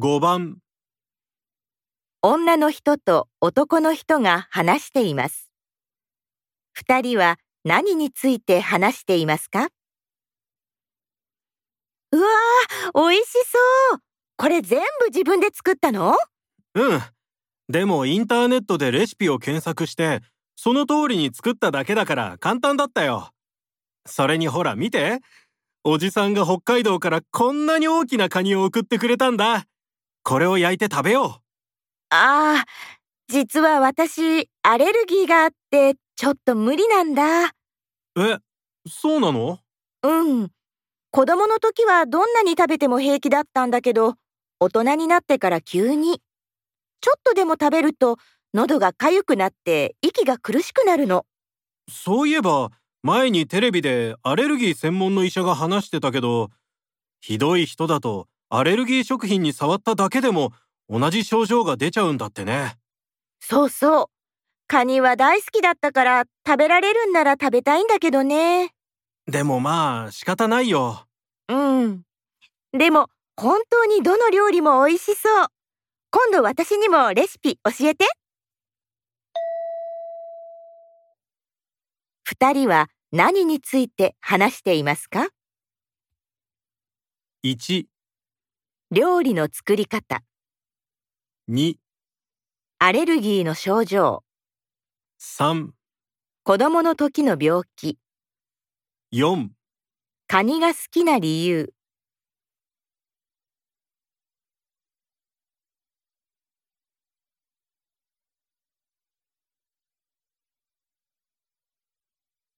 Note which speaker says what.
Speaker 1: 5番
Speaker 2: 女の人と男の人が話しています。二人は何について話していますかうわー、美味しそうこれ全部自分で作ったの
Speaker 1: うんでもインターネットでレシピを検索してその通りに作っただけだから簡単だったよそれにほら見ておじさんが北海道からこんなに大きなカニを送ってくれたんだこれを焼いて食べよう
Speaker 2: ああ、実は私、アレルギーがあって、ちょっと無理なんだ。
Speaker 1: え、そうなの
Speaker 2: うん。子供の時はどんなに食べても平気だったんだけど、大人になってから急に。ちょっとでも食べると、喉が痒くなって息が苦しくなるの。
Speaker 1: そういえば前にテレビでアレルギー専門の医者が話してたけどひどい人だとアレルギー食品に触っただけでも同じ症状が出ちゃうんだってね
Speaker 2: そうそう。カニは大好きだったから、食べられるんなら食べたいんだけどね。
Speaker 1: でもまあ仕方ないよ
Speaker 2: うん。でも、本当にどの料理も美味しそう。今度私にもレシピ教えて。二人は何について話していますか
Speaker 1: 1、
Speaker 2: 料理の作り方、
Speaker 1: 2、
Speaker 2: アレルギーの症状、
Speaker 1: 3、
Speaker 2: 子供の時の病気、
Speaker 1: 4
Speaker 2: カニが好きな理由、